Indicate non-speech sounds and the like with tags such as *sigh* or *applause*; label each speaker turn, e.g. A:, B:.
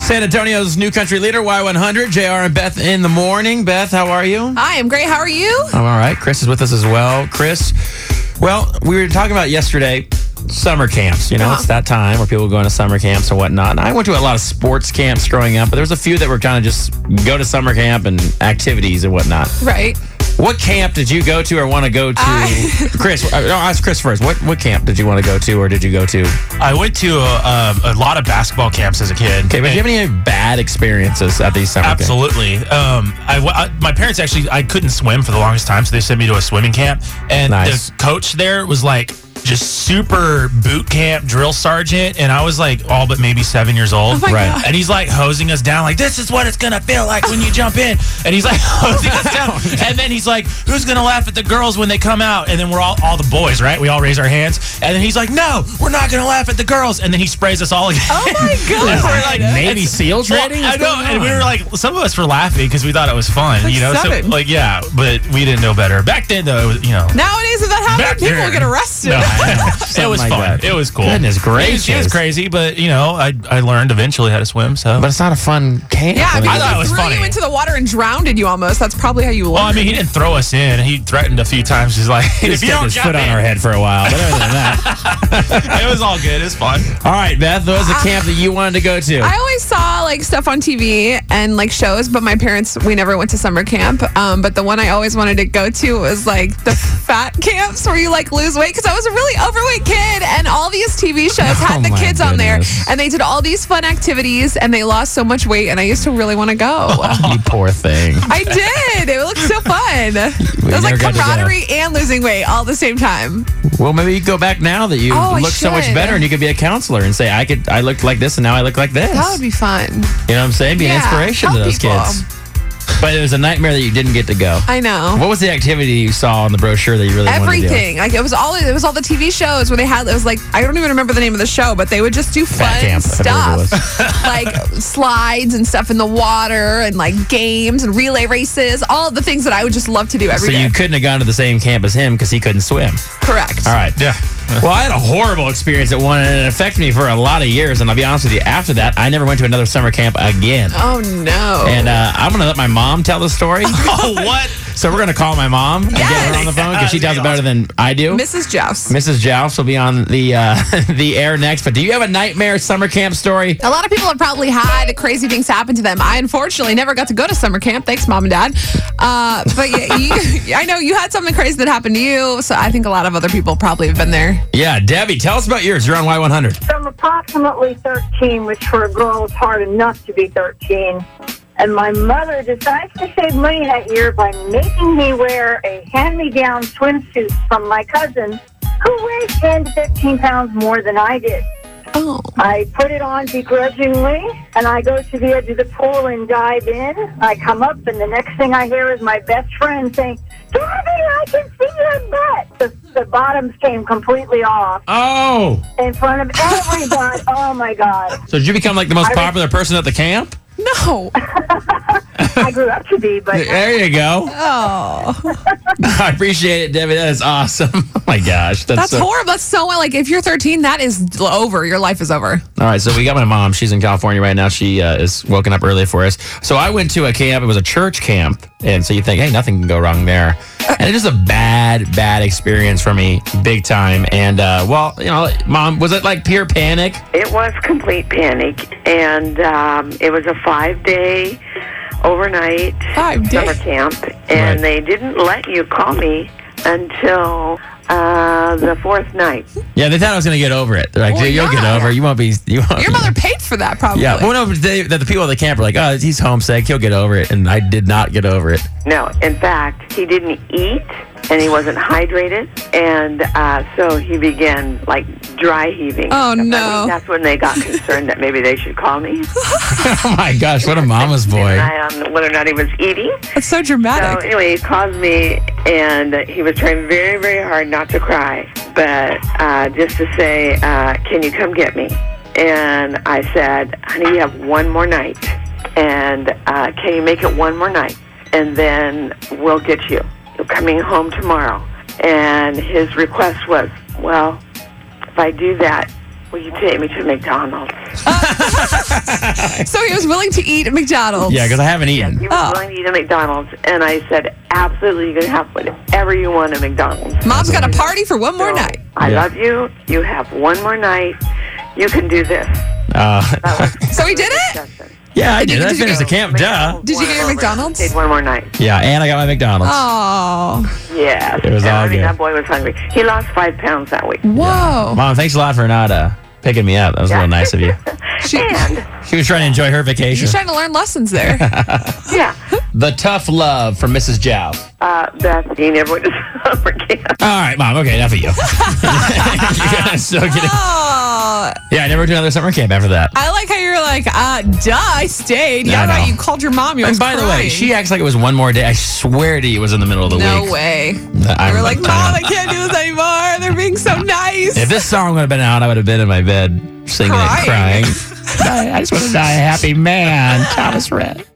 A: San Antonio's new country leader, Y100, JR and Beth in the morning. Beth, how are you?
B: Hi, I'm great. How are you?
A: I'm all right. Chris is with us as well. Chris, well, we were talking about yesterday summer camps. You know,
B: Uh-huh.
A: it's that time where people go to summer camps and whatnot. And I went to a lot of sports camps growing up, but there was a few that were kind of just go to summer camp and activities and whatnot.
B: Right.
A: What camp did you go to or want to go to?
B: I-
A: *laughs* Chris, I'll ask Chris first. What what camp did you want to go to or did you go to? Okay,
C: I went to uh, a, a, a lot of basketball camps as a kid.
A: but do you have any bad experiences at these summer camps?
C: Absolutely. Um, I, w- I- my parents actually I couldn't swim for the longest time, so they sent me to a swimming camp, and
A: Nice.
C: the coach there was like just super boot camp drill sergeant, and I was like all but maybe seven years old.
B: Oh my
A: Right.
B: God.
C: And he's like hosing us down, like, this is what it's gonna feel like when you jump in. And he's like *laughs* hosing
A: *laughs*
C: us down. And then he's like, who's gonna laugh at the girls when they come out? And then we're all, all the boys, right? We all raise our hands. And then he's like, no, we're not gonna laugh at the girls. And then he sprays us all again.
B: Oh
C: *laughs*
B: my
C: And we're
B: God.
C: like,
A: Navy
C: it's-
A: SEAL training?
C: Well, I
A: What's
C: know.
A: going
C: And we
A: on?
C: were like, some of us were laughing because we thought it was fun,
B: Like
C: you know?
B: seven.
C: So, like, yeah, but we didn't know better. Back then, though, it was, you know.
B: Nowadays, if that
C: Back
B: happens, people
C: there.
B: get arrested.
C: No,
A: *laughs* Something
C: it was
A: like
C: fun.
A: that.
C: It was cool.
A: Goodness
C: It was, it was
A: gracious.
C: crazy, but you know, I I learned eventually how to swim. So,
A: But it's not a fun camp.
B: Yeah,
A: I mean,
B: because
C: thought it
B: he
C: was
B: threw you
C: funny.
B: into the water and drowned you almost. That's probably how you learned.
C: Well, I mean, he didn't throw us in. He threatened a few times. He's like,
A: he just
C: if you
A: kept
C: don't
A: his
C: jump
A: foot on
C: in.
A: our head for a while. But other than that.
C: *laughs* it was all good. It was fun.
A: *laughs* All right, Beth, what was the camp that you wanted to go to?
B: I always saw like stuff on TV and like shows, but my parents we never went to summer camp. Um, but the one I always wanted to go to was like the fat camps where you like lose weight because I was a really overweight kid, and all these TV shows
A: Oh,
B: had the
A: my
B: kids on there,
A: goodness.
B: and they did all these fun activities, and they lost so much weight, and I used to really want to go.
A: *laughs* you poor thing.
B: I did. It looked so fun. It was
A: never
B: like
A: got to go.
B: camaraderie and losing weight all at the same time.
A: Well, maybe you could go back now that you
B: Oh, I
A: look so much
B: should.
A: better, and you could be a counselor and say, "I could, I looked like this, and now I look like this."
B: That would be fun.
A: you know what I'm saying? Be an
B: Yeah,
A: inspiration to
B: help
A: those
B: people.
A: kids. But it was a nightmare that you didn't get to go.
B: I know.
A: What was the activity you saw on the brochure that you really wanted to do?
B: everything. Like it was all it was all the TV shows where they had it was like I don't even remember the name of the show, but they would just do
A: Fat
B: fun
A: Camp, I believe it
B: stuff *laughs* like slides and stuff in the water and like games and relay races, all the things that I would just love to do
A: So
B: every day.
A: you couldn't have gone to the same camp as him because he couldn't swim.
B: Correct.
A: All right.
C: Yeah.
A: Well, I had a horrible experience at one, and it affected me for a lot of years. And I'll be honest with you, after that, I never went to another summer camp again.
B: Oh no.
A: And uh, I'm going to let my mom tell the story.
C: Oh, what?
A: so we're going to call my mom and get her
B: Yes!
A: on the phone because she does it better than I do.
B: Mrs. Jouse.
A: Mrs. Jouse will be on the uh, *laughs* the air next. But do you have a nightmare summer camp story?
B: A lot of people have probably had crazy things happen to them. I unfortunately never got to go to summer camp. Thanks, mom and dad. Uh, but yeah, you, *laughs* I know you had something crazy that happened to you. So I think a lot of other people probably have been there.
A: Yeah, Debbie, tell us about yours. You're on Y100.
D: from approximately 13, which for a girl is hard enough to be 13. And my mother decides to save money that year by making me wear a hand me down swimsuit from my cousin, who weighed 10 to 15 pounds more than I did.
B: Oh.
D: I put it on begrudgingly, and I go to the edge of the pool and dive in. I come up, and the next thing I hear is my best friend saying, Gabby, I can see your butt. The, the bottoms came completely off
A: Oh,
D: in front of everybody. oh my God.
A: so did you become like the most
D: I was-
A: popular person at the camp?
B: No.
D: I grew up to be, but
A: There you go. *laughs*
B: Oh.
A: I appreciate it, Debbie. That is awesome. *laughs* Oh my gosh, that's,
B: That's
A: so-
B: horrible. That's so like if you're 13, that is over. Your life is over.
A: All right, so we got my mom. She's in California right now. She uh, is woken up early for us. So I went to a camp. It was a church camp, and so you think, hey, nothing can go wrong there. And it is a bad, bad experience for me, big time. And uh, well, you know, mom, was it like pure panic?
E: It was complete panic, and um, it was a five day overnight
B: Five
E: summer
B: days?
E: camp, and
A: Right.
E: they didn't let you call me until uh, the fourth night.
A: Yeah, they thought I was gonna get over it. They're like,
B: Well,
A: dude, you'll get
B: yeah.
A: over. it. You won't be. You won't
B: Your mother paid for that
A: *laughs*
B: probably.
A: Yeah, well, no, but they, the, the people at the camp were like, oh, he's homesick. He'll get over it. And I did not get over it.
E: No, in fact, he didn't eat, and he wasn't hydrated, and uh, so he began like dry heaving.
B: Oh,
E: And I
B: no.
E: think That's when they got concerned that maybe they should call me.
A: *laughs* oh my gosh, what a mama's boy.
E: I um, whether or not he was eating.
B: That's so
E: So
B: dramatic.
E: anyway, he calls me, and he was trying very, very hard not to cry, but uh, just to say, uh, "Can you come get me?" And I said, "Honey, you have one more night, and uh, can you make it one more night, and then we'll get you. You're coming home tomorrow." And his request was, "Well, if I do that, will you take me to McDonald's?"
B: So he was willing to eat at McDonald's.
A: Yeah, because I haven't eaten.
E: You were
B: Oh.
E: willing to eat at McDonald's, and I said, absolutely, you can have whatever you want at McDonald's.
B: Mom's got a party for one more
E: So,
B: night.
E: I
A: Yeah.
E: love you. You have one more night. You can do
B: *laughs*
E: this.
A: Uh,
B: So he did it?
E: Justin.
A: yeah, I did.
B: you-
A: I
B: did you
A: finished
B: go-
A: the camp, duh.
B: Did you get your
E: Over.
B: McDonald's?
E: Stayed one more night.
A: Yeah, and I got my McDonald's.
B: Oh.
E: Yeah.
A: It was all
E: I mean,
A: good.
E: that boy was hungry. He lost five pounds that week.
B: Whoa.
A: Mom, thanks a lot for not uh, picking me up. That was
E: Yeah.
A: real nice of
B: *laughs*
A: you.
B: She,
E: And
A: She was trying to enjoy her vacation.
B: she's trying to learn lessons there. *laughs*
E: yeah,
A: The tough love from Mrs. Jow.
E: uh, Beth, you never went to *laughs* summer camp.
A: All right, Mom. Okay, enough of you. *laughs* you guys still kidding.
B: oh.
A: Yeah, I never do another summer camp after that.
B: I like how you're like, uh, duh, I stayed.
A: Yeah,
B: Yeah,
A: I know.
B: right. You called your mom. You
A: And by the way, she acts like it was one more day. I swear to you, it was in the middle of the
B: No
A: week.
B: way.
A: I-
B: You were like,
A: I-
B: Mom, I can't do this anymore. They're
A: *laughs*
B: being so nice.
A: If this song would have been out, I would have been in my bed singing
B: Crying. *laughs*
A: it, crying. I just want to die a happy man, Thomas Rhett.